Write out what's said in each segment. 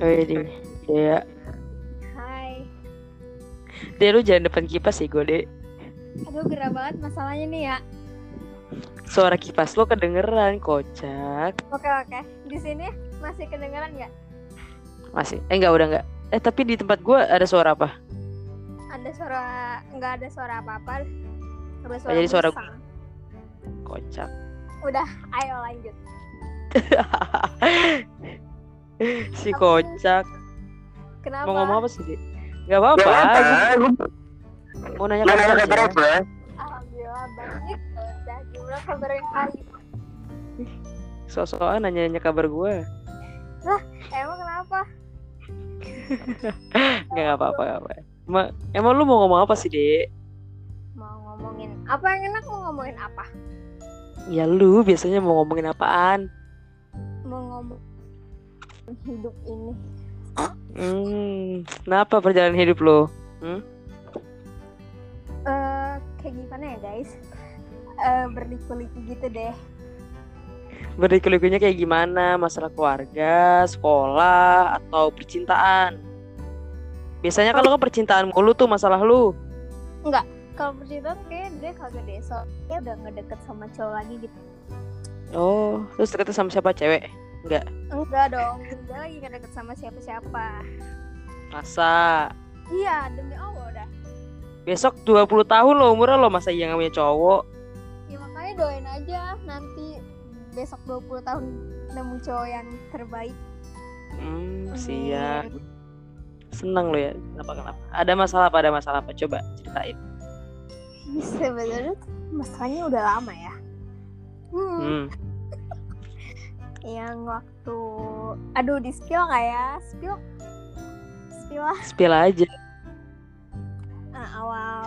Eh, ini Dea Hai. Dea lu jangan depan kipas sih gue Dea Aduh gerah banget masalahnya nih ya. Suara kipas lo kedengeran kocak Oke oke. Di sini masih kedengeran nggak? Masih Eh enggak udah enggak Eh tapi di tempat gue ada suara apa? Ada suara nggak ada suara apa-apa. Ada suara Oh, jadi suara- musang. Kocak Udah, ayo lanjut. Si kocak Kenapa? Mau ngomong apa sih Dea? Gak apa-apa Mau nanya kabar aja Alhamdulillah banyak udah jumlah kabar yang baik. Sosokan nanya-nanya kabar gue Emang kenapa? Enggak enggak apa-apa enggak apa-apa. Emang, emang lu mau ngomong apa sih Dea? Mau ngomongin apa yang enak mau ngomongin apa? Ya lu biasanya mau ngomongin apaan? Mau ngomong hidup ini Hmm, kenapa perjalanan hidup lo? eh kayak gimana ya guys? Eh berliku-liku gitu deh. Berliku-likunya kayak gimana? Masalah keluarga, sekolah, atau percintaan? Biasanya kalau kan percintaan mulu tuh masalah lu. kalau percintaan kayaknya dia kagak deh so dia udah ngedeket sama cowok lagi gitu Oh, terus deketnya sama siapa cewek? enggak dong dia lagi nggak deket sama siapa-siapa Masa iya demi allah udah besok 20 tahun lo umurnya lo masa iya nggak punya cowok? ya makanya doain aja nanti besok 20 tahun nemu cowok yang terbaik Hmm, Amin. siap. Seneng lo ya. Kenapa kenapa? Ada masalah apa? Ada masalah apa? Coba ceritain. sebenarnya tuh masalahnya udah lama ya hmm, Hmm. yang waktu aduh di spill nggak ya spill spill lah Spill aja. Nah, awal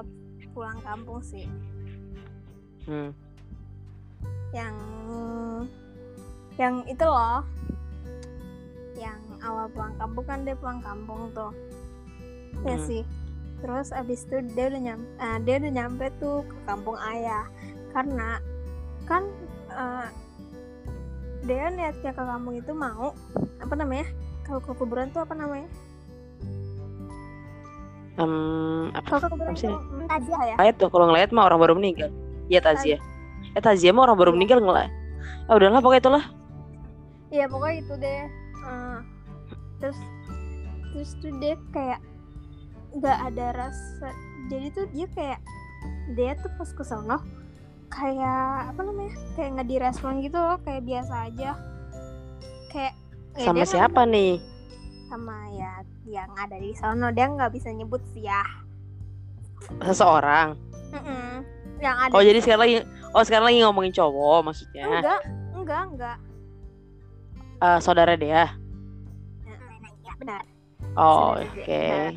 pulang kampung sih Hmm. yang yang itu loh yang awal pulang kampung kan dia pulang kampung tuh ya Hmm. sih terus abis itu dia udah nyampe dia udah nyampe tuh ke kampung ayah karena kan eh, dia niatnya ke kampung itu mau apa namanya kalau ke kuburan tuh apa namanya Em, apa? kalau ke kuburan Apa sih? tuh taziah ya Layat tuh kalau ngeliat mah orang baru meninggal. Iya Tazia. Eh Tazia mah orang baru Iya. meninggal ngeliat. Ah udahlah pokoknya itulah. Iya pokoknya itu deh. Eh, terus terus tuh dia kayak nggak ada rasa. Jadi tuh dia kayak dia tuh pas ke sono kayak apa namanya kayak nggak direspon gitu loh kayak biasa aja kayak ya Sama dia nggak- siapa nih? sama ya yang ada di sono dia nggak bisa nyebut sih ya Seseorang. Mm-mm. yang ada Oh di- jadi sekarang lagi Oh sekarang lagi ngomongin cowok maksudnya. enggak enggak enggak Eh, saudara dia. ya benar Oh Saudara oke. dia.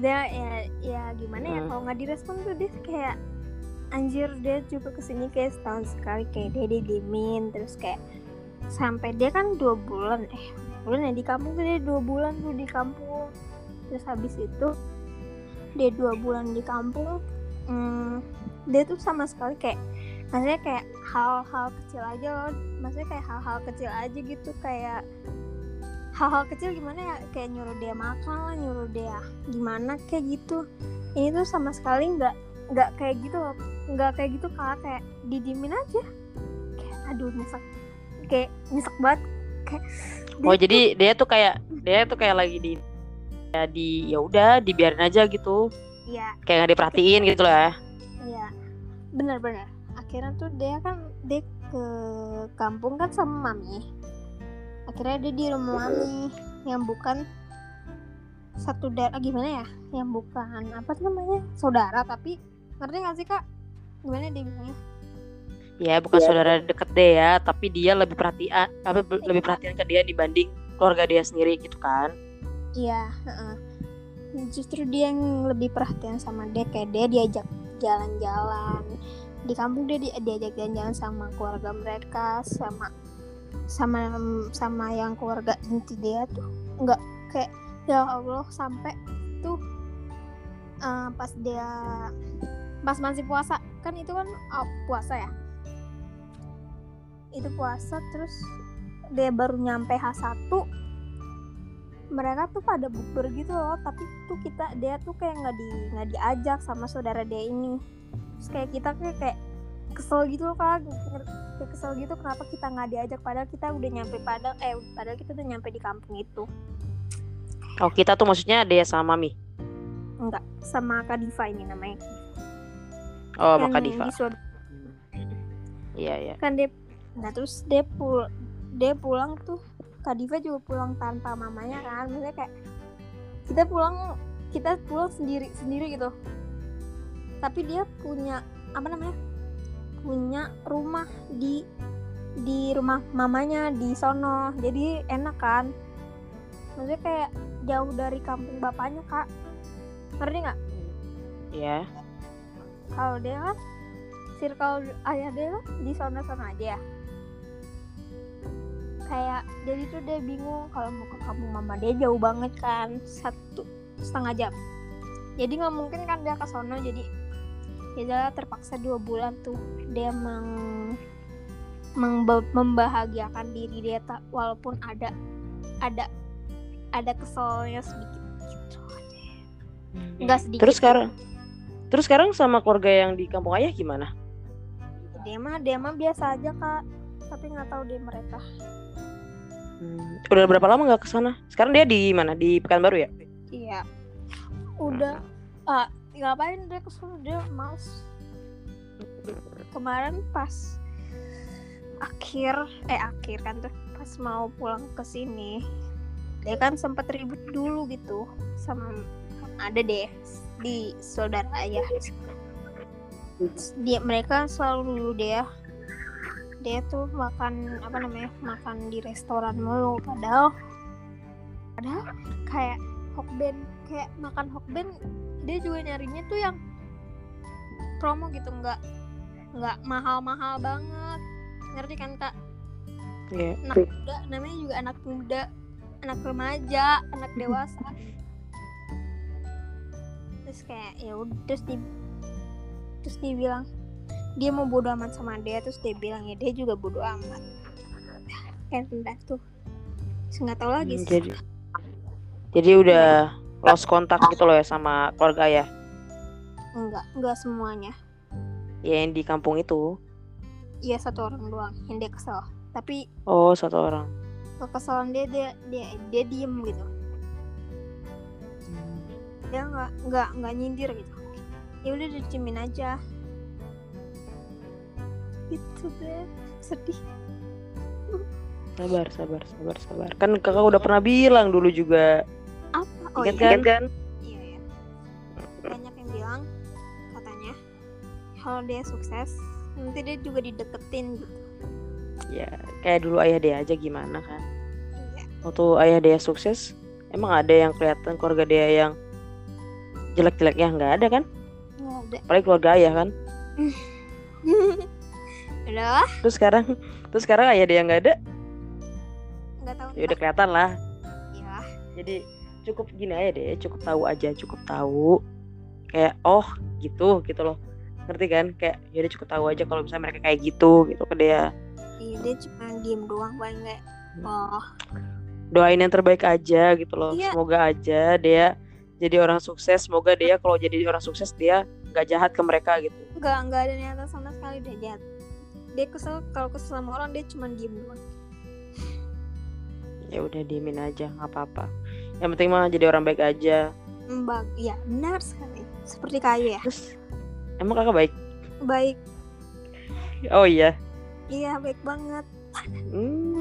dia ya, ya gimana ya Mm. kalau nggak direspon tuh dia kayak anjir dia juga kesini kayak setahun sekali kayak dia didiemin terus kayak sampai dia kan dua bulan eh bulan ya di kampung tuh dia dua bulan tuh di kampung terus habis itu dia dua bulan di kampung mm, dia tuh sama sekali kayak maksudnya kayak hal-hal kecil aja loh maksudnya kayak hal-hal kecil aja gitu kayak hal-hal kecil gimana ya kayak nyuruh dia makan lah nyuruh dia gimana kayak gitu ini tuh sama sekali nggak nggak kayak gitu loh nggak kayak gitu kak kayak didimin aja kayak aduh nyesek kayak nyesek banget kayak Oh jadi dia tuh kayak dia tuh kayak lagi di ya di ya udah dibiarin aja gitu ya kayak nggak diperhatiin gitu loh ya Iya, benar-benar. Akhirnya tuh dia kan dia ke kampung kan sama mami. Akhirnya dia di rumah mami yang bukan satu darah gimana ya? Yang bukan apa tuh namanya saudara tapi ngerti nggak sih kak? Gimana dia bilangnya? ya bukan saudara deket deh ya tapi dia lebih perhatian apa lebih perhatian ke dia dibanding keluarga dia sendiri gitu kan Iya. heeh. Justru dia yang lebih perhatian sama dia kayak dia diajak jalan-jalan di kampung dia di- diajak jalan-jalan sama keluarga mereka sama sama sama yang keluarga inti dia tuh nggak kayak ya Allah sampai tuh eh, pas dia pas masih puasa kan itu kan oh, puasa ya itu puasa terus dia baru nyampe H1 mereka tuh pada bukber gitu loh tapi tuh kita dia tuh kayak nggak di nggak diajak sama saudara dia ini terus kayak kita kayak kayak kesel gitu loh kak kayak kesel gitu kenapa kita nggak diajak padahal kita udah nyampe padang eh padahal kita udah nyampe di kampung itu Oh kita tuh maksudnya Dea sama Mi. enggak sama kak Diva ini namanya Oh Yang maka Diva. di saud- Iya iya. kan dia nah terus dia pul dia pulang tuh Kak Diva juga pulang tanpa mamanya kan maksudnya kayak kita pulang kita pulang sendiri sendiri gitu tapi dia punya apa namanya punya rumah di di rumah mamanya di sono jadi enak kan maksudnya kayak jauh dari kampung bapaknya kak ngerti nggak Iya. kalau dia kan circle ayah dia kan di sana sana aja ya kayak jadi tuh dia bingung kalau mau ke kampung mama dia jauh banget kan satu setengah jam jadi nggak mungkin kan dia ke sono jadi ya udahlah, terpaksa dua bulan tuh dia meng, mengbe- membahagiakan diri dia tak walaupun ada ada ada keselnya sedikit gitu nggak sedikit Iya. Terus Iya sih. sekarang Terus sekarang sama keluarga yang di kampung ayah gimana? dia mah dia mah biasa aja kak tapi nggak tahu deh mereka Hmm, Udah berapa lama nggak ke sana? Sekarang dia di mana? Di Pekanbaru ya? iya udah ah ngapain dia kesana dia males kemarin pas akhir eh akhir kan tuh pas mau pulang ke sini dia kan sempat ribut dulu gitu sama ada deh di saudara ayah dia mereka selalu dulu dia dia tuh makan apa namanya makan di restoran mulu padahal padahal kayak hokben kayak makan hokben dia juga nyarinya tuh yang promo gitu nggak nggak mahal-mahal banget ngerti kan kak Iya. anak muda namanya juga anak muda anak remaja anak Hmm. dewasa terus kayak ya ud- terus di terus dibilang dia mau bodo amat sama dia terus dia bilang ya dia juga bodo amat kan rendah tuh Terus nggak tahu lagi Hmm, sih. Jadi Jadi udah lost kontak gitu loh ya sama keluarga ayah enggak enggak semuanya ya yang di kampung itu. iya satu orang doang yang dia kesel tapi Oh, satu orang. kekesalan dia dia dia dia diem gitu dia nggak nggak nggak nyindir gitu ya udah diemin aja gitu deh sedih Sabar, sabar, sabar, sabar. Kan kakak udah pernah bilang dulu juga. apa oh Ingat iya kan? kan? iya ya banyak yang bilang katanya kalau dia sukses nanti dia juga dideketin gitu Ya, kayak dulu ayah dia aja gimana kan. iya Waktu ayah dia sukses, emang ada yang kelihatan keluarga dia yang jelek-jelek ya nggak ada kan? nggak ada Apalagi keluarga ayah kan. udah Terus sekarang, terus sekarang ayah dia nggak ada, nggak tahu ya udah kelihatan lah. ya Jadi cukup gini aja deh, cukup tahu aja, cukup tahu. Kayak oh gitu gitu loh. Ngerti kan? Kayak ya udah cukup tahu aja kalau misalnya mereka kayak gitu gitu ke dia. iya dia cuma diem doang paling kayak oh doain yang terbaik aja gitu loh. Iya. Semoga aja dia jadi orang sukses. Semoga dia kalau jadi orang sukses dia nggak jahat ke mereka gitu. nggak nggak ada niatan sama sekali dia jahat dia kesel kalau kesel sama orang dia cuma diem doang Ya udah diemin aja, nggak apa-apa. Yang penting mah jadi orang baik aja. Mbak, ya benar sekali. Seperti kaya ya. Terus emang kakak baik? Baik, Oh iya. iya baik banget. Hmm.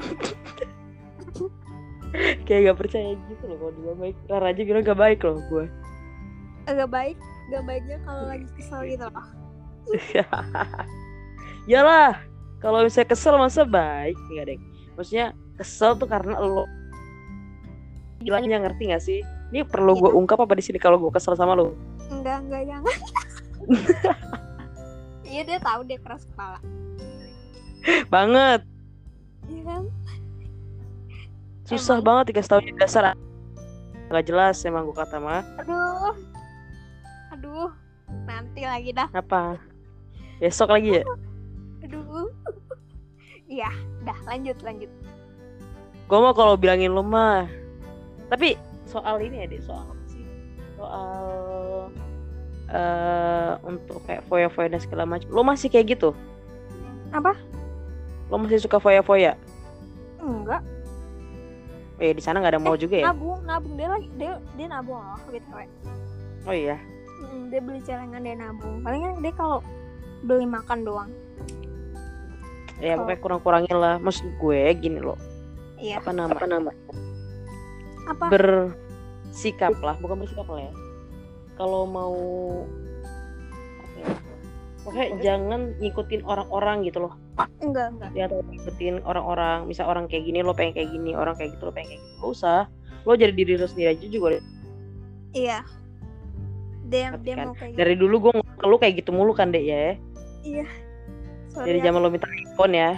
Kayak gak percaya gitu loh kalau dia baik. Rara aja bilang gak baik loh gue. Agak baik, gak baiknya kalau lagi kesel gitu loh. Yalah, kalau misalnya kesel masa baik nggak deh. Maksudnya kesel tuh karena lo bilangnya ngerti gak sih? Ini perlu gue ungkap apa di sini kalau gue kesel sama lo? Enggak, enggak jangan. Iya dia tahu dia keras kepala. Banget, Iya kan? susah Emang? banget tiga tahun di dasar. Gak jelas emang gue kata mah. Aduh. Aduh. Nanti lagi dah. Apa? Besok lagi ya? Aduh. Iya, dah lanjut lanjut. Gue mau kalau bilangin lo mah, tapi soal ini ya deh soal apa sih soal eh untuk kayak foya-foya dan segala macam lo masih kayak gitu Apa? lo masih suka foya-foya enggak eh di sana nggak ada mau juga ya nabung nabung dia lagi dia dia nabung loh btw oh iya Mm, dia beli celengan dia nabung palingan dia kalau beli makan doang ya Oh. pokoknya kurang-kurangin lah maksud gue gini lo iya apa nama apa nama apa bersikap lah bukan bersikap lah ya kalau mau apa ya, pokoknya jangan ngikutin orang-orang gitu loh enggak enggak ya atau ngikutin orang-orang misal orang kayak gini lo pengen kayak gini orang kayak gitu lo pengen kayak gitu gak usah lo jadi diri lo sendiri aja juga deh. iya dia Tapi dia kan mau kayak gitu dari dulu gue ngomong ke lo kayak gitu mulu kan dek ya Sorry dari ya. zaman lo minta iPhone ya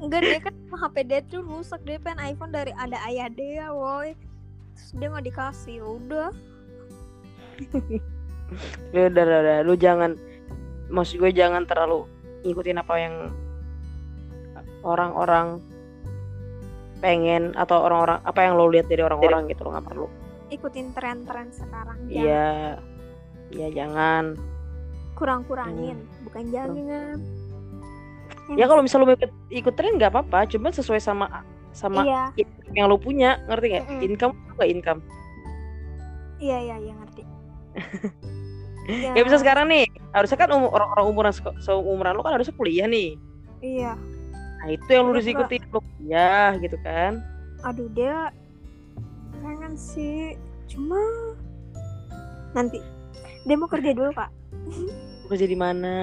Enggak dia kan HP dia tuh rusak dia pengen iPhone dari ada ayah dia woi terus dia nggak dikasih udah Ya udah udah, udah. lu jangan maksud gue jangan terlalu ngikutin apa yang orang-orang pengen atau orang-orang apa yang lo lihat dari orang-orang gitu lo nggak perlu ikutin tren-tren sekarang jangan iya iya jangan kurang-kurangin bukan jangan Hmm. ya kalau misal lo mau ikut ikut tren nggak apa-apa cuman sesuai sama sama iya income yang lo punya ngerti nggak Mm-mm. income atau nggak income iya iya iya ngerti nggak Iya, Ya, bisa sekarang nih harusnya kan umur orang-orang umuran seko- seumuran lo kan harusnya kuliah nih iya nah itu yang lo Udah harus tua. ikutin lo kuliah gitu kan aduh dia pengen sih cuma nanti dia mau kerja dulu kak Lo kerja di mana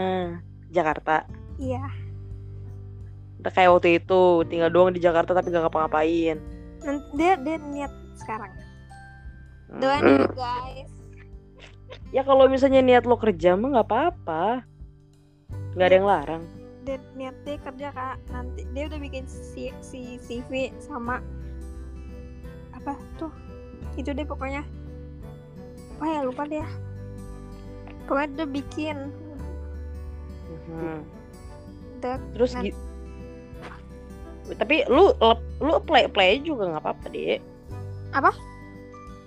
Jakarta iya Udah kayak waktu itu tinggal doang di Jakarta tapi gak ngapa-ngapain. nanti dia dia niat sekarang doain Mm. ya guys Ya kalau misalnya niat lo kerja mah nggak apa-apa. Nggak ada yang larang. dia niat dia kerja kak nanti dia udah bikin si, si CV sama apa tuh itu deh pokoknya apa ya lupa deh pokoknya dia bikin Mhm. Udah, Terus Nah. gi- tapi lu lep- lu apply apply juga nggak apa-apa deh. Apa?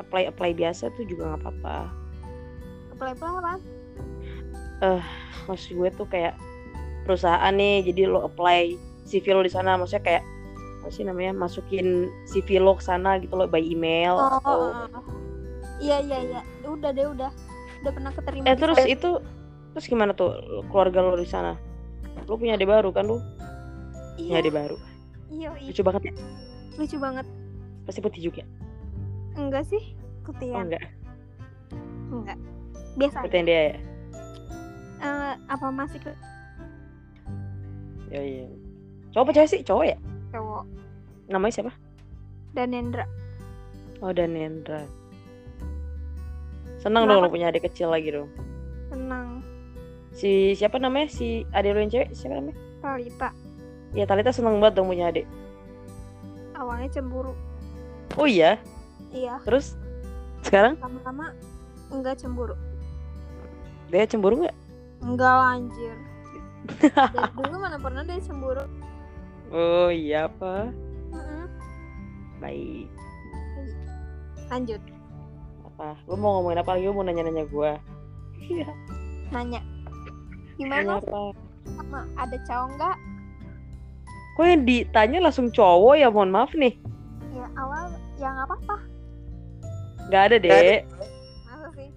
Apply apply biasa tuh juga nggak apa-apa. apply apply apa Maksud gue tuh kayak perusahaan nih jadi lo apply CV lo di sana maksudnya kayak apa sih namanya masukin CV lo ke sana gitu lo by email oh, atau iya iya iya udah deh udah udah pernah keterima Eh di- terus itu terus gimana tuh lu- keluarga lo di sana? Lo punya adik baru kan lu? Punya iya adik baru. iya iya Lucu banget ya. lucu banget Pasti putih juga. enggak sih Oh kutian enggak, enggak biasa aja. putih yang dia ya. Eh, apa masih ke Ya iya. Cowok apa cewek sih? Cowok ya? cowok Namanya siapa? dan Nendra Oh Danendra. Senang dong Kenapa? lo punya adik kecil lagi dong. tenang Si siapa namanya? Si adik lo yang cewek siapa namanya? Talita Ya Talita senang banget dong punya adik. awalnya cemburu Oh iya, iya terus sekarang lama-lama enggak cemburu dia cemburu nggak? enggak lah, anjir Dari dulu mana pernah dia cemburu Oh iya apa? Mm-mm. Baik. lanjut Apa? Lo mau ngomongin apa lagi? Lo mau nanya-nanya gue? Iya. nanya Nanya gimana apa? sama ada cowok nggak Kok yang ditanya langsung cowok ya mohon maaf nih ya awal ya nggak apa-apa Gak ada deh Nggak masa sih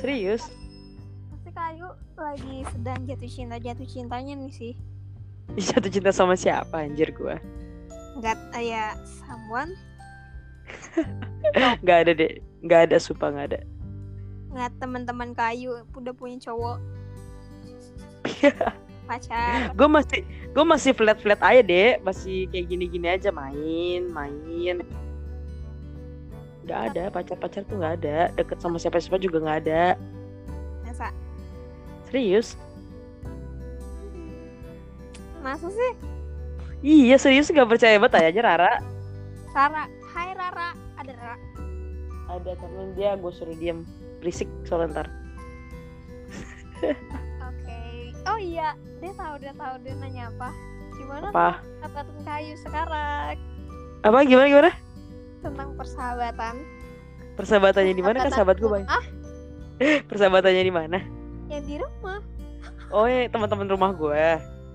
Serius pasti kayu lagi sedang jatuh cinta jatuh cintanya nih sih Jatuh cinta sama siapa anjir gua nggak eh, ya someone Gak Ah, ada deh Gak ada sumpah gak ada nggak teman-teman kayu udah punya cowok pacar Gue masih Gue masih flat-flat aja deh Masih kayak gini-gini aja Main Main Gak ada Pacar-pacar tuh gak ada Deket sama siapa-siapa juga gak ada masa Serius masa sih Iya serius gak percaya banget tanya aja Rara Rara Hai Rara ada Rara Ada temen dia gue suruh diem Berisik soalnya ntar Oke. Oh iya, dia tahu dia tahu dia nanya apa. Gimana Apa? tanggapan kayu sekarang? Apa gimana gimana? tentang persahabatan Persahabatannya di mana kan sahabat gue banyak. ah Persahabatannya di mana? yang di rumah Oh ya teman-teman rumah gue.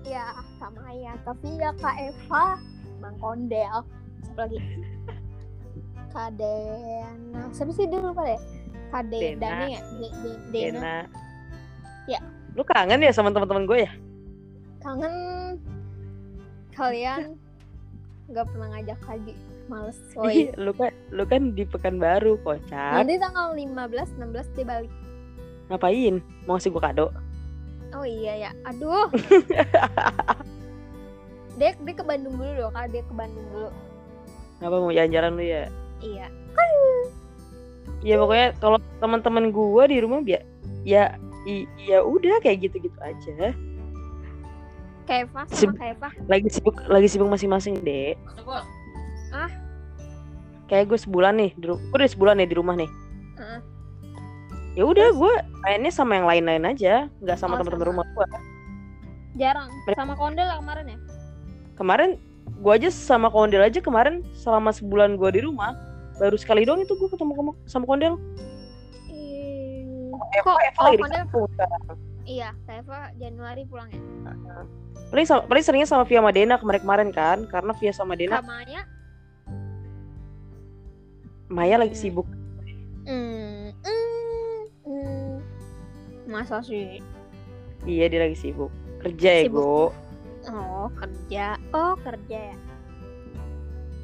ya sama ayah tapi ya kak Eva bang Kondel siapa lagi kak Dena siapa sih dia lupa deh kak Dena. De- Dani ya De- De- Dena Dena. Ya. Lu kangen ya sama teman-teman gue ya? kangen kalian nggak pernah ngajak lagi males woi Ih, lu kan lu kan di Pekanbaru, kocak. nanti tanggal 15 16 dia balik Iya. Ngapain? Mau ngasih gue kado? oh iya ya aduh Dek, dia ke Bandung dulu dong, kak. Dia ke Bandung dulu. Ngapa mau jalan-jalan lu ya? Iya. Ya pokoknya kalau teman-teman gue di rumah biar ya i- ya udah kayak gitu-gitu aja. Kayak Eva sama Seb- kayak Eva. Lagi sibuk lagi sibuk masing-masing, Dek. Ah? Kayak gue sebulan nih, di ru- gue udah sebulan nih di rumah nih. Ah. Ya udah gue mainnya sama yang lain-lain aja, nggak sama Oh, teman-teman sama. rumah gue. Jarang. Mereka- Sama Kondel lah kemarin ya? kemarin gue aja sama Kondel aja kemarin selama sebulan gue di rumah baru sekali doang itu gue ketemu sama- sama Kondel. Eh, Kok? Eva Oh, lagi di Kondel. kampung sekarang. Iya, Kak Eva Januari pulang ya? Paling, sama- paling seringnya sama Via sama Dena kemarin-kemarin kan karena Via sama Dena Sama Maya? Maya lagi Hmm. sibuk. Hmm, hmm, hmm. Masa sih? Iya dia lagi sibuk kerja ya Sibuk. gue. Oh, kerja. Oh, kerja ya?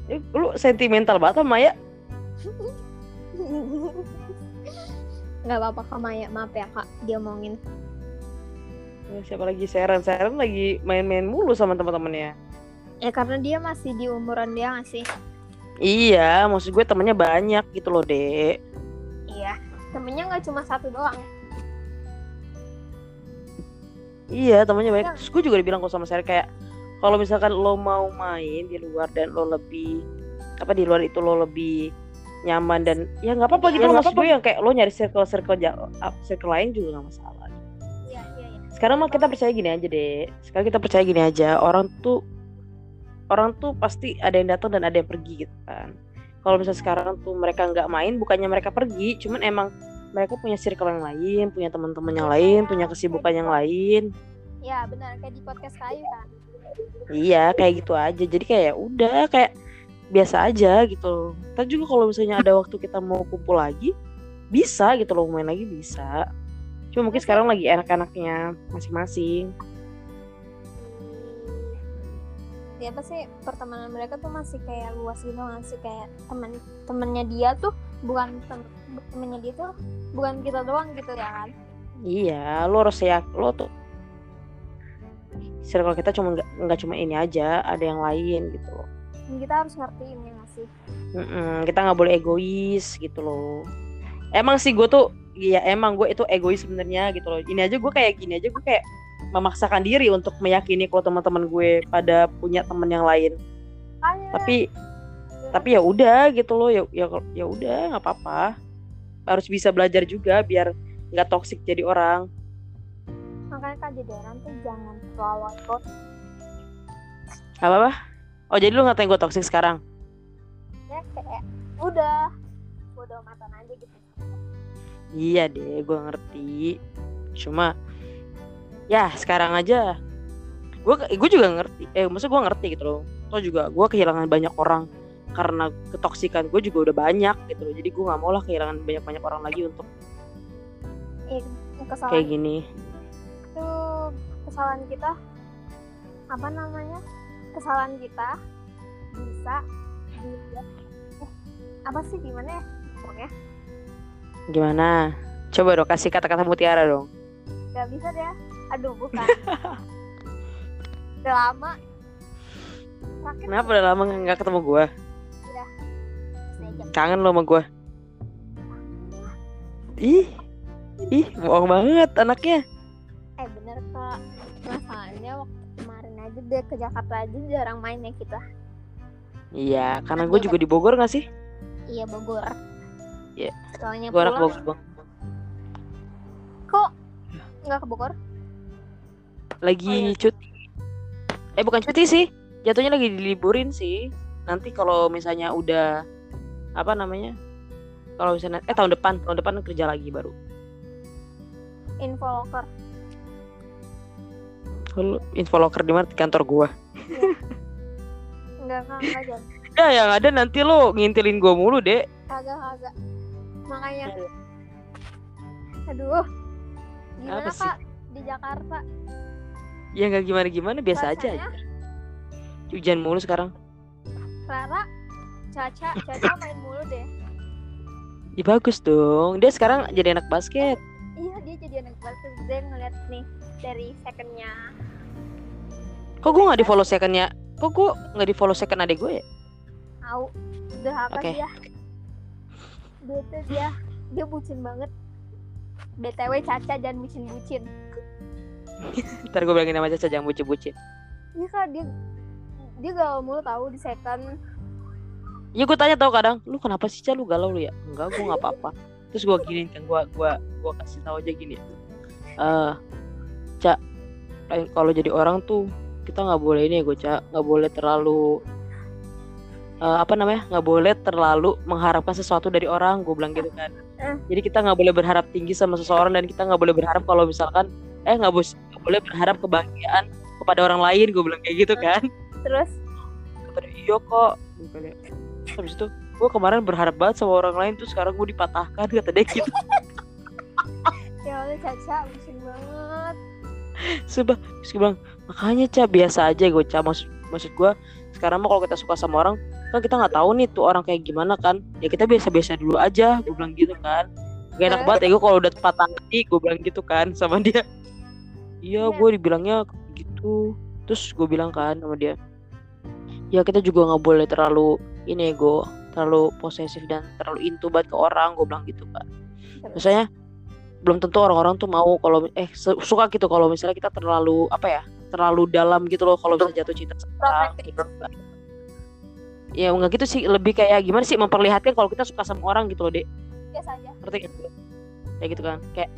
Lu sentimental banget sama Maya. Gak apa-apa Kak Maya, maaf ya Kak, dia omongin. Eh, Siapa lagi Seren? Seren lagi main-main mulu sama teman-temannya. Ya karena dia masih di umuran dia gak sih? Iya, maksud gue temennya banyak gitu loh, Dek. Iya. Temennya gak cuma satu doang. Iya temannya banyak. Ya. Terus gue juga dibilang kok sama Sari kayak kalau misalkan lo mau main di luar dan lo lebih apa di luar itu lo lebih nyaman dan ya nggak apa-apa gitu Ya, loh nggak maksud gue yang kayak lo nyari circle circle ja- up- circle lain juga nggak masalah. Iya, iya, iya. Sekarang mah kita percaya gini aja deh. Sekarang kita percaya gini aja. Orang tuh orang tuh pasti ada yang datang dan ada yang pergi gitu kan. Kalau misalnya sekarang tuh mereka nggak main, bukannya mereka pergi, cuman emang mereka punya circle yang lain, punya teman-teman yang lain, punya kesibukan yang lain. Ya benar, kayak di podcast kayu kan. Iya, kayak gitu aja. Jadi kayak udah kayak biasa aja gitu. Ntar juga kalau misalnya ada waktu kita mau kumpul lagi, bisa gitu loh main lagi bisa. Cuma mungkin sekarang lagi enak-enaknya masing-masing. ya apa sih pertemanan mereka tuh masih kayak luas gitu nggak sih kayak temen temennya dia tuh bukan tem- temennya dia tuh bukan kita doang gitu ya kan Iya, lo harus ya lo tuh circle kita cuma nggak nggak cuma ini aja, ada yang lain gitu loh. Dan kita harus ngertiin ya nggak sih Mm-mm, kita nggak boleh egois gitu loh. Emang sih gue tuh, ya emang gue itu egois sebenarnya gitu loh. Ini aja gue kayak gini aja gue kayak memaksakan diri untuk meyakini kalau teman-teman gue pada punya teman yang lain. Kayak- Tapi tapi ya udah gitu loh ya ya ya udah nggak apa-apa. Harus bisa belajar juga biar nggak toksik jadi orang. makanya kan jadi orang tuh jangan terlalu ikut Apa apa? Oh jadi lu ngatain gue toksik sekarang? ya kayak udah bodo mata aja gitu Iya deh, gue ngerti. Cuma ya sekarang aja gue gue juga ngerti. Eh, maksud gue ngerti gitu loh. Toh juga gue kehilangan banyak orang karena ketoksikan gue juga udah banyak gitu loh. Jadi gue nggak mau lah kehilangan banyak banyak orang lagi untuk Eh, kayak kesalahan gini. itu kesalahan kita apa namanya kesalahan kita bisa di eh, apa sih gimana ya pokoknya Gimana? Coba dong kasih kata-kata mutiara dong. nggak bisa deh aduh bukan udah lama sakit Kenapa udah lama nggak ketemu gue? Sengaja. Kangen lo sama gue. Ih, ih, bohong banget anaknya. eh bener kak masalahnya waktu kemarin aja deh ke Jakarta aja jarang mainnya kita Iya, karena gue juga di Bogor gak sih? iya Bogor Iya. soalnya Gue anak pulang Bogor. kok nggak ke Bogor lagi Oh, iya. cuti eh bukan cuti sih jatuhnya lagi diliburin sih nanti kalau misalnya udah apa namanya kalau misalnya eh tahun depan tahun depan kerja lagi baru info locker Lu info locker di mana di kantor gua enggak kan enggak jangan ya yang ada nanti lo ngintilin gua mulu dek kagak kagak makanya Iya. aduh gimana Apa sih? kak di Jakarta ya nggak gimana gimana biasa aja Rasanya? hujan mulu sekarang Clara Caca Caca main mulu deh ya bagus dong dia sekarang jadi anak basket iya dia jadi anak basket Zen ngeliat nih dari secondnya kok gua nggak di follow secondnya kok gua nggak di follow second adek gue ya Au udah apa Oke. dia dia tuh dia dia bucin banget btw Caca jangan bucin bucin ntar gua bilangin sama Caca jangan bucin-bucin iya kak dia dia galau mulu tahu di second Iya gue tanya tau kadang, lu kenapa sih Cal, lu galau lu ya? Enggak, gue nggak apa-apa. Terus gue gini kan, gue gua gua kasih tahu aja gini. Eh, Cak, eh, kalau jadi orang tuh kita nggak boleh ini ya gue Cak, nggak boleh terlalu eh, apa namanya? nggak boleh terlalu mengharapkan sesuatu dari orang, gue bilang gitu kan. Eh. Jadi kita nggak boleh berharap tinggi sama seseorang dan kita nggak boleh berharap kalau misalkan eh nggak bos- nggak boleh berharap kebahagiaan kepada orang lain, gue bilang kayak gitu kan terus kepada iya kok Gitu kan ya. Terus habis itu gue kemarin berharap banget sama orang lain tuh sekarang gue dipatahkan kata dia gitu ya Allah Caca bucin banget sebab terus gue bilang makanya cah biasa aja gue cah maksud maksud gue sekarang mah kalau kita suka sama orang kan kita nggak tahu nih tuh orang kayak gimana kan ya kita biasa-biasa dulu aja gue bilang gitu kan gak enak Eh. banget ya gue kalau udah patah hati gue bilang gitu kan sama dia iya Iya. gue dibilangnya gitu terus gue bilang kan sama dia ya kita juga nggak boleh terlalu ini gue terlalu posesif dan terlalu into banget ke orang gue bilang gitu kan misalnya belum tentu orang-orang tuh mau kalau eh se- suka gitu kalau misalnya kita terlalu apa ya terlalu dalam gitu loh kalau bisa jatuh cinta sama orang. gitu. ya nggak gitu sih lebih kayak gimana sih memperlihatkan kalau kita suka sama orang gitu loh dek biasa aja ngerti gitu kayak gitu kan kayak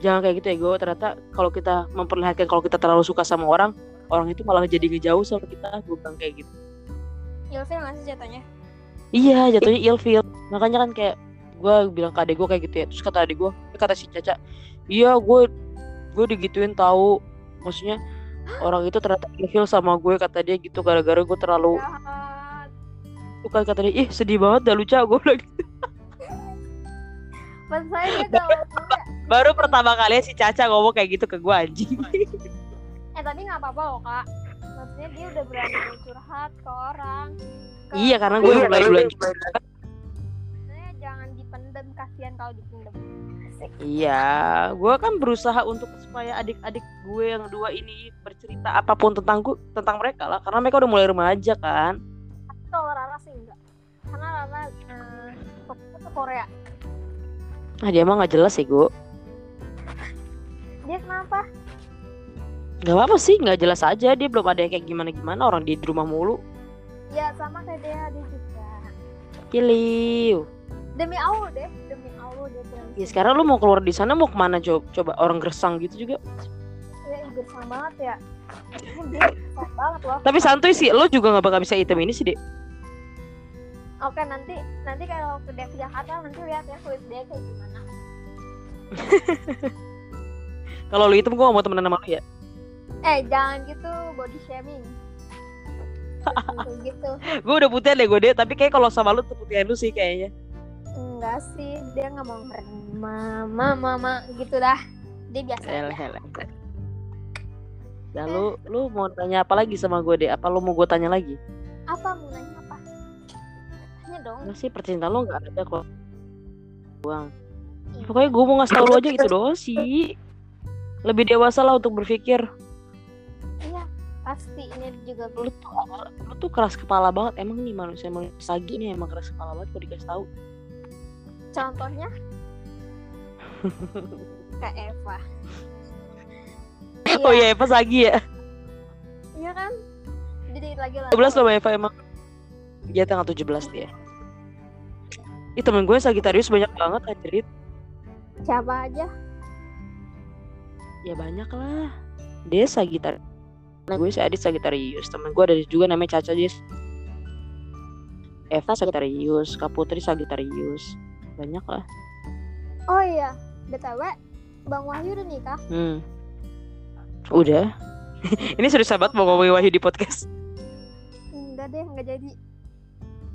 jangan kayak gitu ya gue ternyata kalau kita memperlihatkan kalau kita terlalu suka sama orang orang itu malah jadi ngejauh sama kita gue bilang kayak gitu Ilfil nggak sih jatuhnya iya jatuhnya ilfil makanya kan kayak gue bilang ke adek gue kayak gitu ya terus kata adek gue kata si Caca iya gue gue digituin tahu maksudnya orang itu ternyata ilfil sama gue kata dia gitu gara-gara gue terlalu jahat suka kata dia ih sedih banget dah lucu gue bilang gitu. pas saya dia galau mulu ya. baru pertama kali si Caca ngomong kayak gitu ke gue anjing eh tapi nggak apa-apa loh kak maksudnya dia udah berani curhat ke orang Ke- iya karena gue mulai duluan Maksudnya jangan dipendem kasihan kalau dipendem Asik. Iya, gue kan berusaha untuk supaya adik-adik gue yang dua ini bercerita apapun tentang gue, tentang mereka lah, karena mereka udah mulai remaja kan. tapi kalau Rara sih enggak karena Rara eh, fokusnya ke Korea Nah dia emang nggak jelas sih gue. dia kenapa Gak apa-apa sih, nggak jelas aja dia belum ada yang kayak gimana-gimana orang dia di rumah mulu. ya sama kayak dia dia juga Kiliu. demi Allah deh demi Allah dia bilang Ya sekarang lu mau keluar di sana mau kemana coba? Coba orang gersang gitu juga. ya ih, gersang banget ya dia gersang banget loh Tapi santuy sih, lu juga nggak bakal bisa item ini sih dek. oke nanti nanti kalau ke dia ke Jakarta nanti lihat ya kulit dia kayak gimana Kalau lu item gue mau temenan sama lu ya. eh jangan gitu body shaming Kayak gitu Gue udah putihan deh gue dek, tapi kayak kalau sama lu tuh putihan lu sih kayaknya. enggak sih dia nggak mau merenung mama mama gitu dah dia biasa aja. Eleh, eleh. Nah, lu, lu mau tanya apa lagi sama gue deh? Apa lu mau gue tanya lagi? apa mau nanya apa tanya dong Enggak sih percintaan lu nggak ada kok. Buang. Iya. Pokoknya gue mau ngasih tau lu aja gitu doang sih. Lebih dewasa lah untuk berpikir. iya pasti ini juga Lu gue tuh, lu tuh keras kepala banget. Emang nih manusia manusia sagi nih emang keras kepala banget. Kok dikasih tahu? contohnya kak Eva Oh iya, Eva sagi ya. iya kan jadi lagi lah 17 loh sama Eva emang. Dia tanggal 17 dia. Ih temen gue Sagitarius banyak banget anjirit. siapa aja Ya banyak lah. Dia Sagitarius. Nah, gue si Adit Sagitarius. Temen gue ada juga namanya Caca dia Eva Sakit. Sagittarius, Kak Putri Sagittarius. Banyak lah. Oh iya, BTW Bang Wahyu udah nikah. Hmm. Udah. Ini serius banget mau ngomongin Wahyu di podcast. Enggak deh, nggak jadi.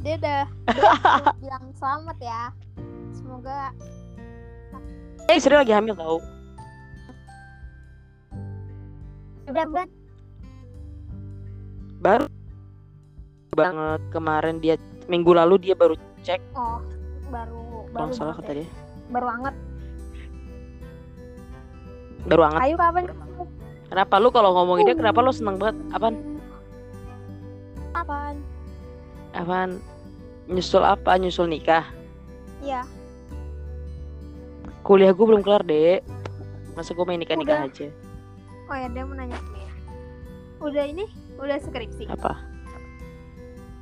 Dia udah udah bilang selamat ya. Semoga Eh, Sri lagi hamil tau. dapat Baru banget kemarin dia minggu lalu dia baru cek oh baru baru kalau nggak salah banget kata ya. dia baru anget. baru anget Ayu kapan? kenapa lu kalau ngomongin dia kenapa lu seneng banget apaan Kapan? apaan nyusul apa nyusul nikah Iya. kuliah gue belum kelar dek masa gue main nikah nikah aja Oh ya, dia mau nanya ke Mia. Udah ini, udah skripsi. apa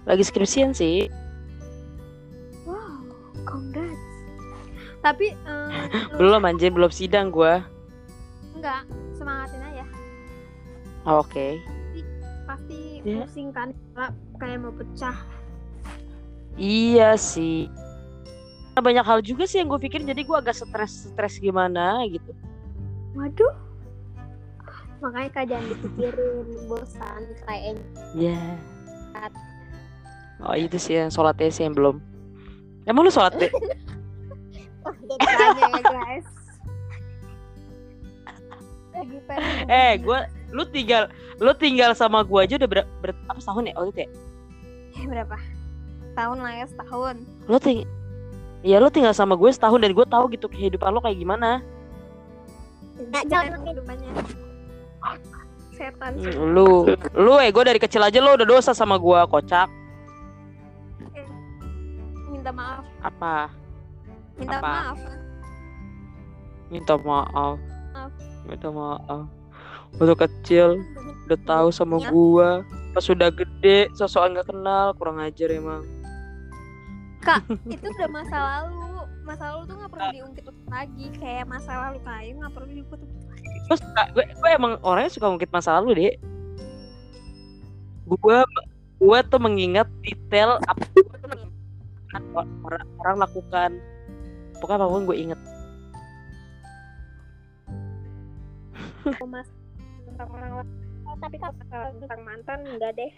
lagi skripsian sih Wow, congrats. Tapi eh, lu- belum anjir belum sidang gua enggak semangatin aja. oh, oke Pasti Iya. pusing kan kepala kayak mau pecah. iya sih banyak hal juga sih yang gue pikirin jadi gue agak stres stres gimana gitu Waduh. Makanya kak jangan dipikirin bosan kayak ya oh itu sih yang sholatnya sih yang belum emang lu sholat deh oh aja ya guys. Lagi pengen eh gue lu tinggal lu tinggal sama gue aja udah ber, ber- apa tahun ya oh itu ya Eh, berapa? Tahun lah ya setahun. lu ting ya lu tinggal sama gue setahun dan gue tahu gitu kehidupan lo kayak gimana Enggak Nah, jangan kehidupannya. Setan. Hmm, lu lu eh gue dari kecil aja lu udah dosa sama gue kocak Minta maaf. apa Minta Apa? maaf. minta maaf Maaf. minta maaf waktu kecil udah tahu sama Iya. gua pas sudah gede sosokan nggak kenal kurang ajar emang itu udah masa lalu masa lalu tuh nggak perlu diungkit-ungkit lagi kayak masa lalu kayu nggak perlu diungkit-ungkit gue suka gue, gue emang orangnya suka ngungkit masa lalu deh gua gua tuh mengingat detail apa gua tuh mengingat apa orang orang lakukan pokoknya apapun gue inget mas tentang orang lain Oh, tapi kalau masalah tentang mantan enggak deh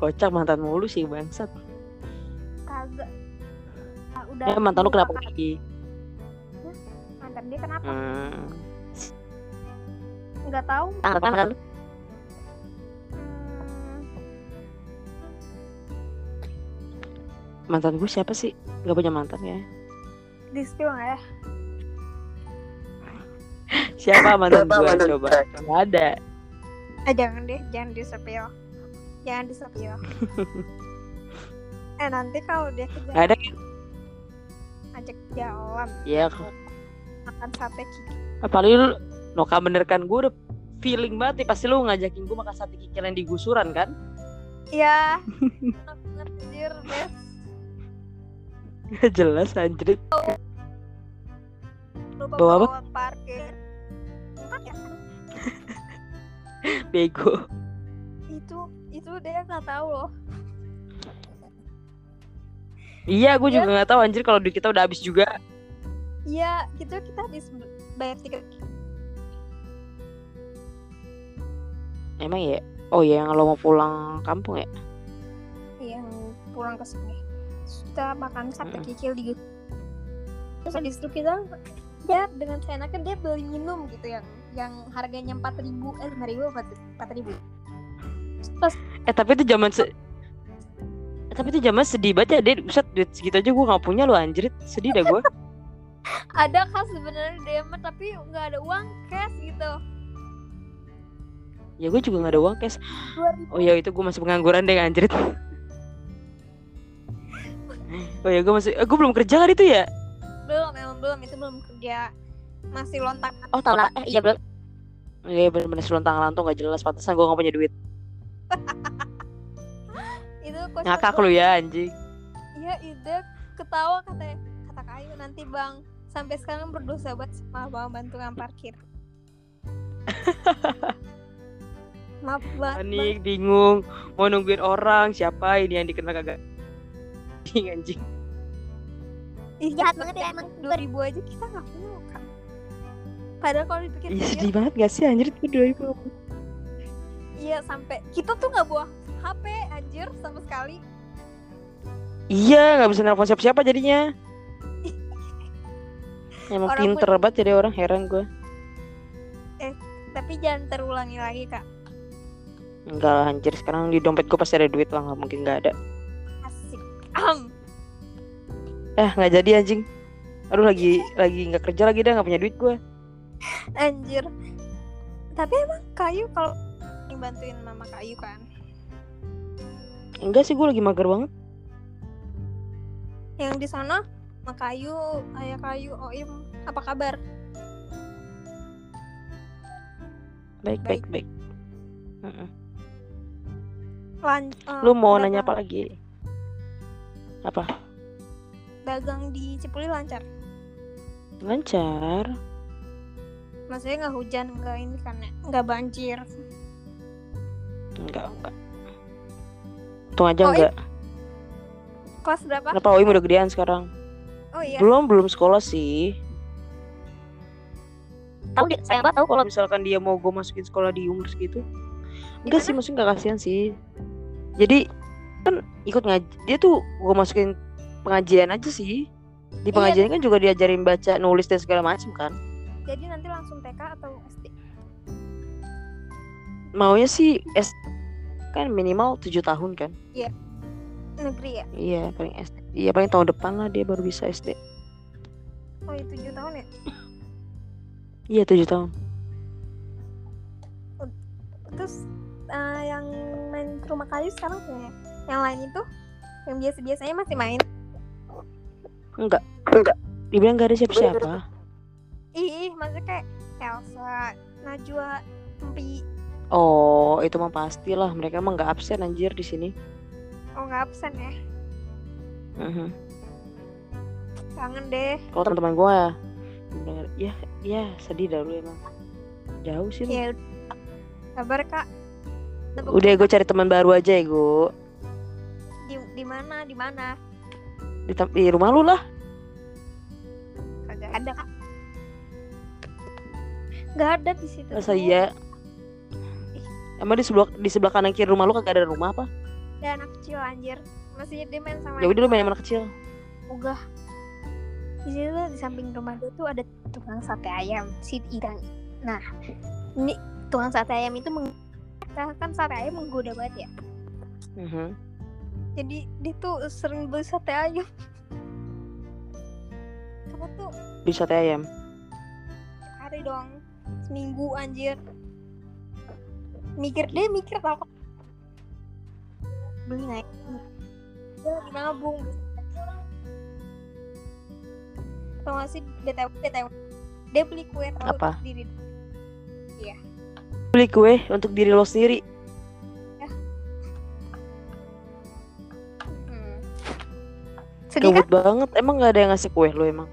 kocak mantan mulu sih bangsat kagak Ah, udah ya mantan lu kenapa melupakan. lagi mantan dia kenapa hmm. nggak tahu tanggapan kan Hmm, mantan gue siapa sih nggak punya mantan ya di spill nggak ya siapa mantan gua coba nggak ada eh jangan deh jangan di spill jangan di spill eh nanti kalau dia ke nggak ada ajak jalan ya makan sate kiki apalagi lu noka bener kan gue udah feeling banget nih pasti lu ngajakin gue makan sate kikilan di gusuran kan ya enak banget anjir best jelas anjrit lupa Bawa apa? uang parkir Empat ya? bego itu itu dia nggak tahu loh iya gue juga nggak tahu anjir kalau duit kita udah habis juga iya gitu kita habis bayar tiket emang ya oh ya yang lo mau pulang kampung ya yang pulang ke sini Terus kita makan sate Mm-mm. kikil di terus habis itu kita ya dengan seenaknya dia beli minum gitu yang yang harganya empat ribu eh lima ribu empat ribu terus eh tapi itu zaman se Eh, tapi itu zaman sedih banget ya deh Buset duit segitu aja gue nggak punya lo anjrit sedih dah gue ada khas sebenarnya dia mah, tapi nggak ada uang cash gitu ya gue juga nggak ada uang cash dua ribu oh ya itu gue masih pengangguran deh anjrit oh ya gue masih eh, gue belum kerja kan itu ya belum emang belum itu belum kerja masih lontak Oh tahun lalu, eh iya belum Iya bener-bener selontang lantung gak jelas Pantesan gue gak punya duit itu kocak Ngakak banget. lu ya anjing Iya, ide ketawa kata kata kayu nanti bang sampai sekarang berdosa buat sama bang bantu tukang parkir. maaf banget panik bingung mau nungguin orang siapa ini yang dikenal kagak anjing anjing Ih, jahat banget ya emang 2000 aja kita nggak punya kan padahal kalau dipikir Ih, sedih banget gak Iya sih anjir itu 2000 iya sampai kita tuh nggak bawa HP anjir sama sekali iya nggak bisa nelfon siapa siapa jadinya emang Orang pinter banget jadi orang heran gue tapi jangan terulangi lagi kak enggak lah anjir sekarang di dompet gue pasti ada duit lah nggak mungkin nggak ada asik am eh nggak jadi anjing aduh lagi lagi nggak kerja lagi dah nggak punya duit gue anjir tapi emang kayu kalau bantuin mama kayu kan enggak sih gue lagi mager banget yang di sana Mama kayu ayah kayu oim apa kabar baik baik baik Mm-mm. Lan, eh, lu mau nanya apa lagi dagang di Cipuli lancar lancar maksudnya nggak hujan nggak ini kan ya? nggak banjir enggak enggak Untung aja Oh, enggak kelas berapa Kenapa Oim udah gedean sekarang oh iya Belum belum sekolah sih tahu dia saya nggak tahu kalau Kalau misalkan dia mau gue masukin sekolah di umur segitu Iya, Enggak sih maksudnya gak kasihan sih Jadi kan ikut ngaji Dia tuh gue masukin pengajian aja sih Di Iya. pengajian kan juga diajarin baca nulis dan segala macam kan jadi nanti langsung TK atau SD Maunya sih S kan minimal 7 tahun kan negeri ya Iya paling SD Iya paling tahun depan lah dia baru bisa SD oh iya tujuh tahun ya Iya 7 tahun terus eh, yang main ke rumah kayu sekarang punya ya? yang lain itu yang biasa biasanya masih main Enggak Enggak Dibilang gak ada siapa-siapa ih ih, maksudnya kayak Elsa Najwa Empi Oh, itu mah pastilah. Mereka emang nggak absen anjir di sini. oh nggak absen ya Mhm. kangen deh Kalau teman-teman gue ya, bener- ya, ya sedih dah lu emang. Jauh sih lu. ya kabar kak Tepuk Iya. Udah gue cari teman baru aja ya gue. di di mana di mana Di, tem- di rumah lu lah. kagak ada kak nggak ada di situ Masa tuh. iya? Emang di sebelah di sebelah kanan kiri rumah lu kagak ada rumah apa? ada anak kecil anjir masih dia main sama Ya udah lu main sama anak kecil. Ogah. Di situ tuh, di samping rumah gue tuh ada tukang sate ayam, si Irang. Nah, ini tukang sate ayam itu meng Nah, kan sate ayam menggoda banget ya. Mhm. Jadi dia tuh sering beli sate ayam. Kamu tuh Beli sate ayam. hari dong, seminggu anjir. Mikir deh, mikir tau kok. Beli naik. Dia lagi nabung. Tau gak sih, BTW, BTW. Dia beli kue tahu Apa? diri. Beli kue untuk diri lo sendiri. Hmm. Sedih kan? Gabut banget. Emang nggak ada yang ngasih kue lu emang?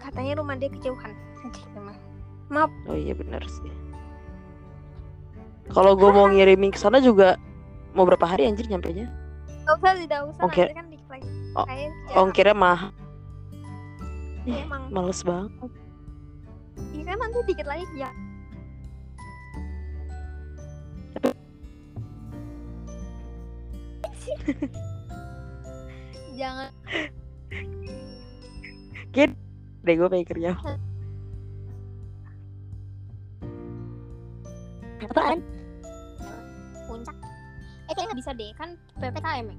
Katanya rumah dia kejauhan. Anjing emang. Maaf, Oh iya benar sih. Kalau gue mau ngirimin ke sana juga mau berapa hari anjir nyampe nya? gak usah, tidak usah. Ongkir- Nanti kan dikit lagi. O- Kayak jarang. Ongkirnya Oh, mah Iya, Emang, males banget. iya kan nanti dikit lagi ya. Jangan Deh gue pengen kerja. apaan puncak. Eh kayaknya nggak bisa deh, kan PPKM ya.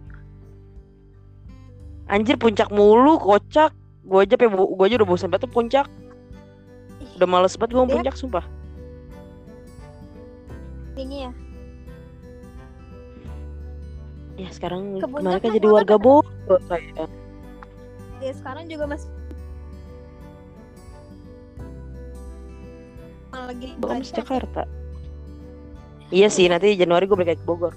Anjir puncak mulu, kocak. Gue aja pe, gue aja udah bosan banget tuh puncak. Udah males banget gue mau Iya. puncak sumpah. Ini ya. Ya sekarang Ke puncak kemarin kan kan jadi malah warga eh, kena- Bogor. saya. Ya sekarang juga masih Malah lagi Bogor masih belajar. Jakarta. Iya sih nanti Januari gue balik lagi ke Bogor.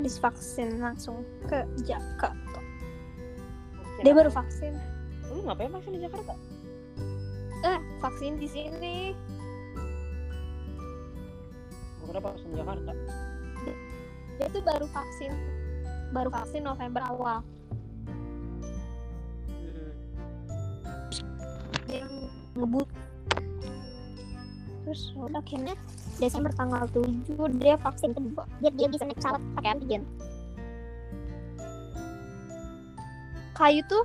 habis vaksin langsung ke Jakarta. Dia baru vaksin. Lu ngapain masih di Jakarta? Eh, vaksin di sini. akhirnya pas di Jakarta dia tuh baru vaksin baru vaksin November awal Mm-mm. dia ngebut terus udah akhirnya Desember tanggal 7 dia vaksin kedua dia dia bisa naik pesawat pakai antigen kayu tuh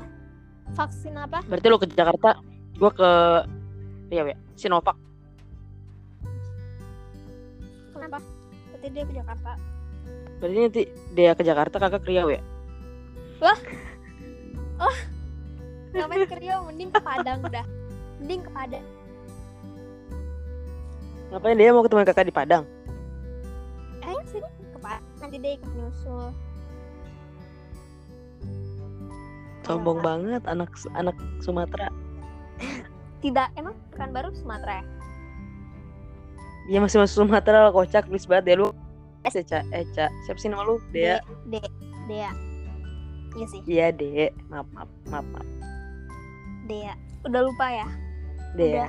vaksin apa berarti lu ke Jakarta gua ke Riau ya Sinovac kenapa berarti dia ke Jakarta berarti nanti dia ke Jakarta kakak ke Riau ya ngapain ke Riau mending ke Padang dah mending ke Padang ngapain dia mau ketemu kakak di Padang ayo sini Eh, iya ke Padang nanti dia ikut nyusul Iya, sombong banget anak anak Sumatera tidak emang Pekanbaru Sumatera ya dia Ya, masih masuk Sumatera lah kocak please banget deh lu Eh, Eca, Eca, siapa sih nama lu? Dea. Dea Dea iya sih Iya, Dea. Maaf, maaf, maaf, maaf. Dea udah lupa ya Dea.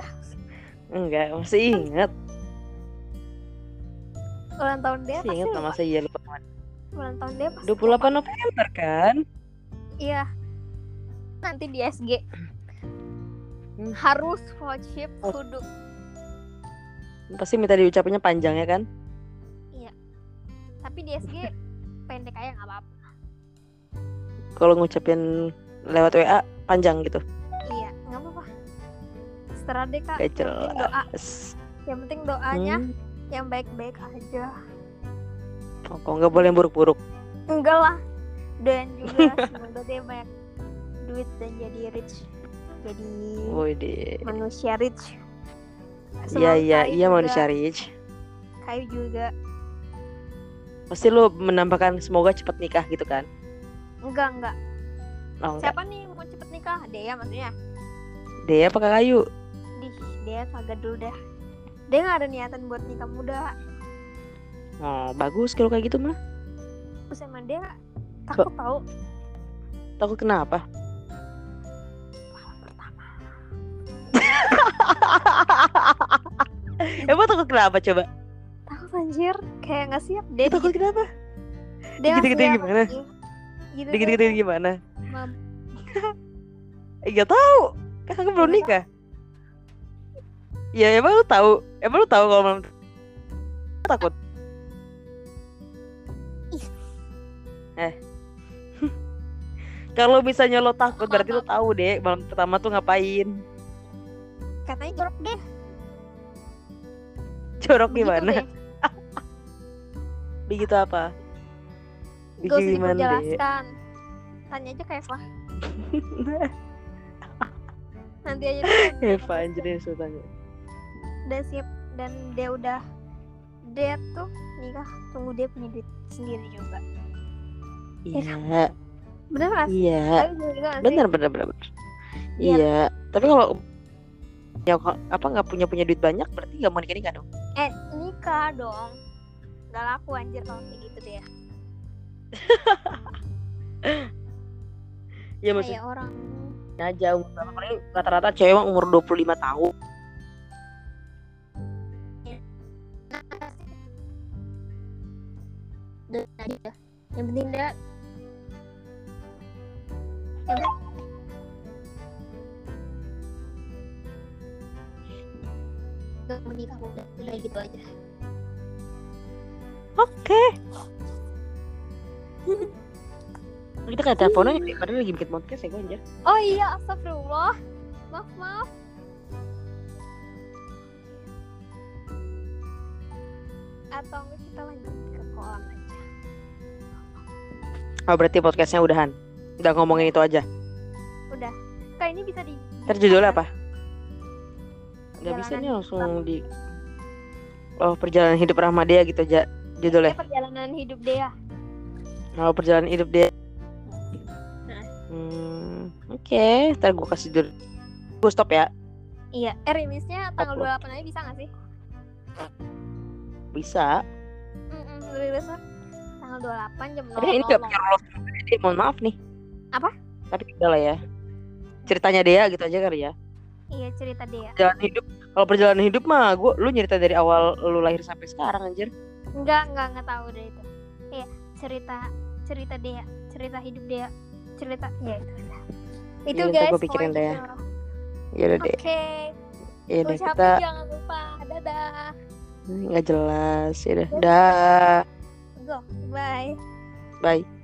Enggak, masih inget. ulang tahun Masih dia Iya, pasti inget lupa. sama saya lupa. ulang tahun dia pasti 28 November kan? Iya. Nanti di SG. Hmm. Harus wajib Oh. kudu. Pasti minta diucapinnya panjang ya kan? Tapi di SG pendek aja nggak apa-apa. Kalau ngucapin lewat WA panjang gitu. Iya, nggak apa-apa. Setelah deh kak. Gak Yang penting doa. jelas. Yang penting doanya Hmm. yang baik-baik aja. Oh, kok nggak boleh yang buruk-buruk? Enggak lah. Dan juga semoga dia banyak duit dan jadi rich. Jadi Woi deh. manusia rich. Oh. Iya Semoga iya Kayu iya juga- manusia rich. Kayu juga. Pasti lu menambahkan semoga cepet nikah gitu kan? Enggak enggak. Oh, enggak. Siapa nih yang mau cepet nikah? Dea maksudnya. Dea apa Kak Kayu? Dih, dia kagak dulu dah. Dia gak ada niatan buat nikah muda. Oh, bagus kalau kayak gitu mah. Terus emang dia takut tau. Takut kenapa? Emang takut kenapa coba? Takut anjir. Kayak gak siap. Dia takut kenapa? dia nggak dikit-dikit siap, gimana? anjir. Gitu dikit, Dikit-dikit gimana? Mam. Eh, gak tahu. Kakak belum Gimana? nikah. Ya emang lu tahu? Emang lu tahu kalau malam takut? Ih. Eh. kalau misalnya lo takut berarti lo tahu deh malam pertama tuh ngapain. Katanya jorok deh. Jorok begitu gimana? deh. Begitu apa? Gak usah Begitu gimana deh? diperjelaskan. Tanya aja kayak lah. Nanti aja. dia- Eva Angelina Sultan. Udah siap. Dan dia udah. Dia tuh nikah. Tunggu dia punya duit sendiri juga. Iya, Bener gak sih? iya. Kayu juga gak sih? bener bener bener bener. Iya. iya tapi kalau ya kok- apa nggak punya punya duit banyak berarti nggak mau nikah nikah dong Eh, nikah dong. Gak laku anjir kalau kayak gitu deh. ya maksudnya Kayak orang aja umur berapa kali rata-rata cewek emang umur 25 tahun duit aja. ya. Yang penting dia gak menikah udah, udah gitu aja oke kita kayak teleponan ya, padahal lagi bikin podcast ya gue anjir oh iya astagfirullah maaf maaf atau enggak kita lanjut ke kolam aja oh berarti podcastnya udahan udah ngomongin itu aja udah kak ini bisa di terjudul apa nggak Perjalanan bisa nih langsung di oh perjalanan hidup Rahmadia gitu aja judulnya Ya, perjalanan hidup deh ya Kalau perjalanan hidup dia. Nah. Hmm, oke, ntar gue kasih dulu. Gue stop ya. Iya, eh rilisnya tanggal Upload. 28 aja bisa gak sih? Bisa. Mm-mm, rilisnya tanggal 28 jam 00. Tapi ini gak punya rule of thumb, jadi mohon maaf nih. Oh, Apa? Tapi udah lah ya. Ceritanya dia gitu aja kali ya. Iya, cerita dia. Jalan hidup Kalau perjalanan hidup mah gua lu nyerita dari awal lu lahir sampai sekarang anjir. Enggak, enggak, enggak tahu deh itu. Iya, cerita cerita dia, cerita hidup dia, cerita ya itu. dah. Itu Iya, ntar guys, gua pikirin pokoknya deh ya. gitu. Ya udah Oke, deh. Ya udah ucapin kita jangan lupa. Dadah. nggak jelas. Ya udah. Dah. Go, bye. Bye.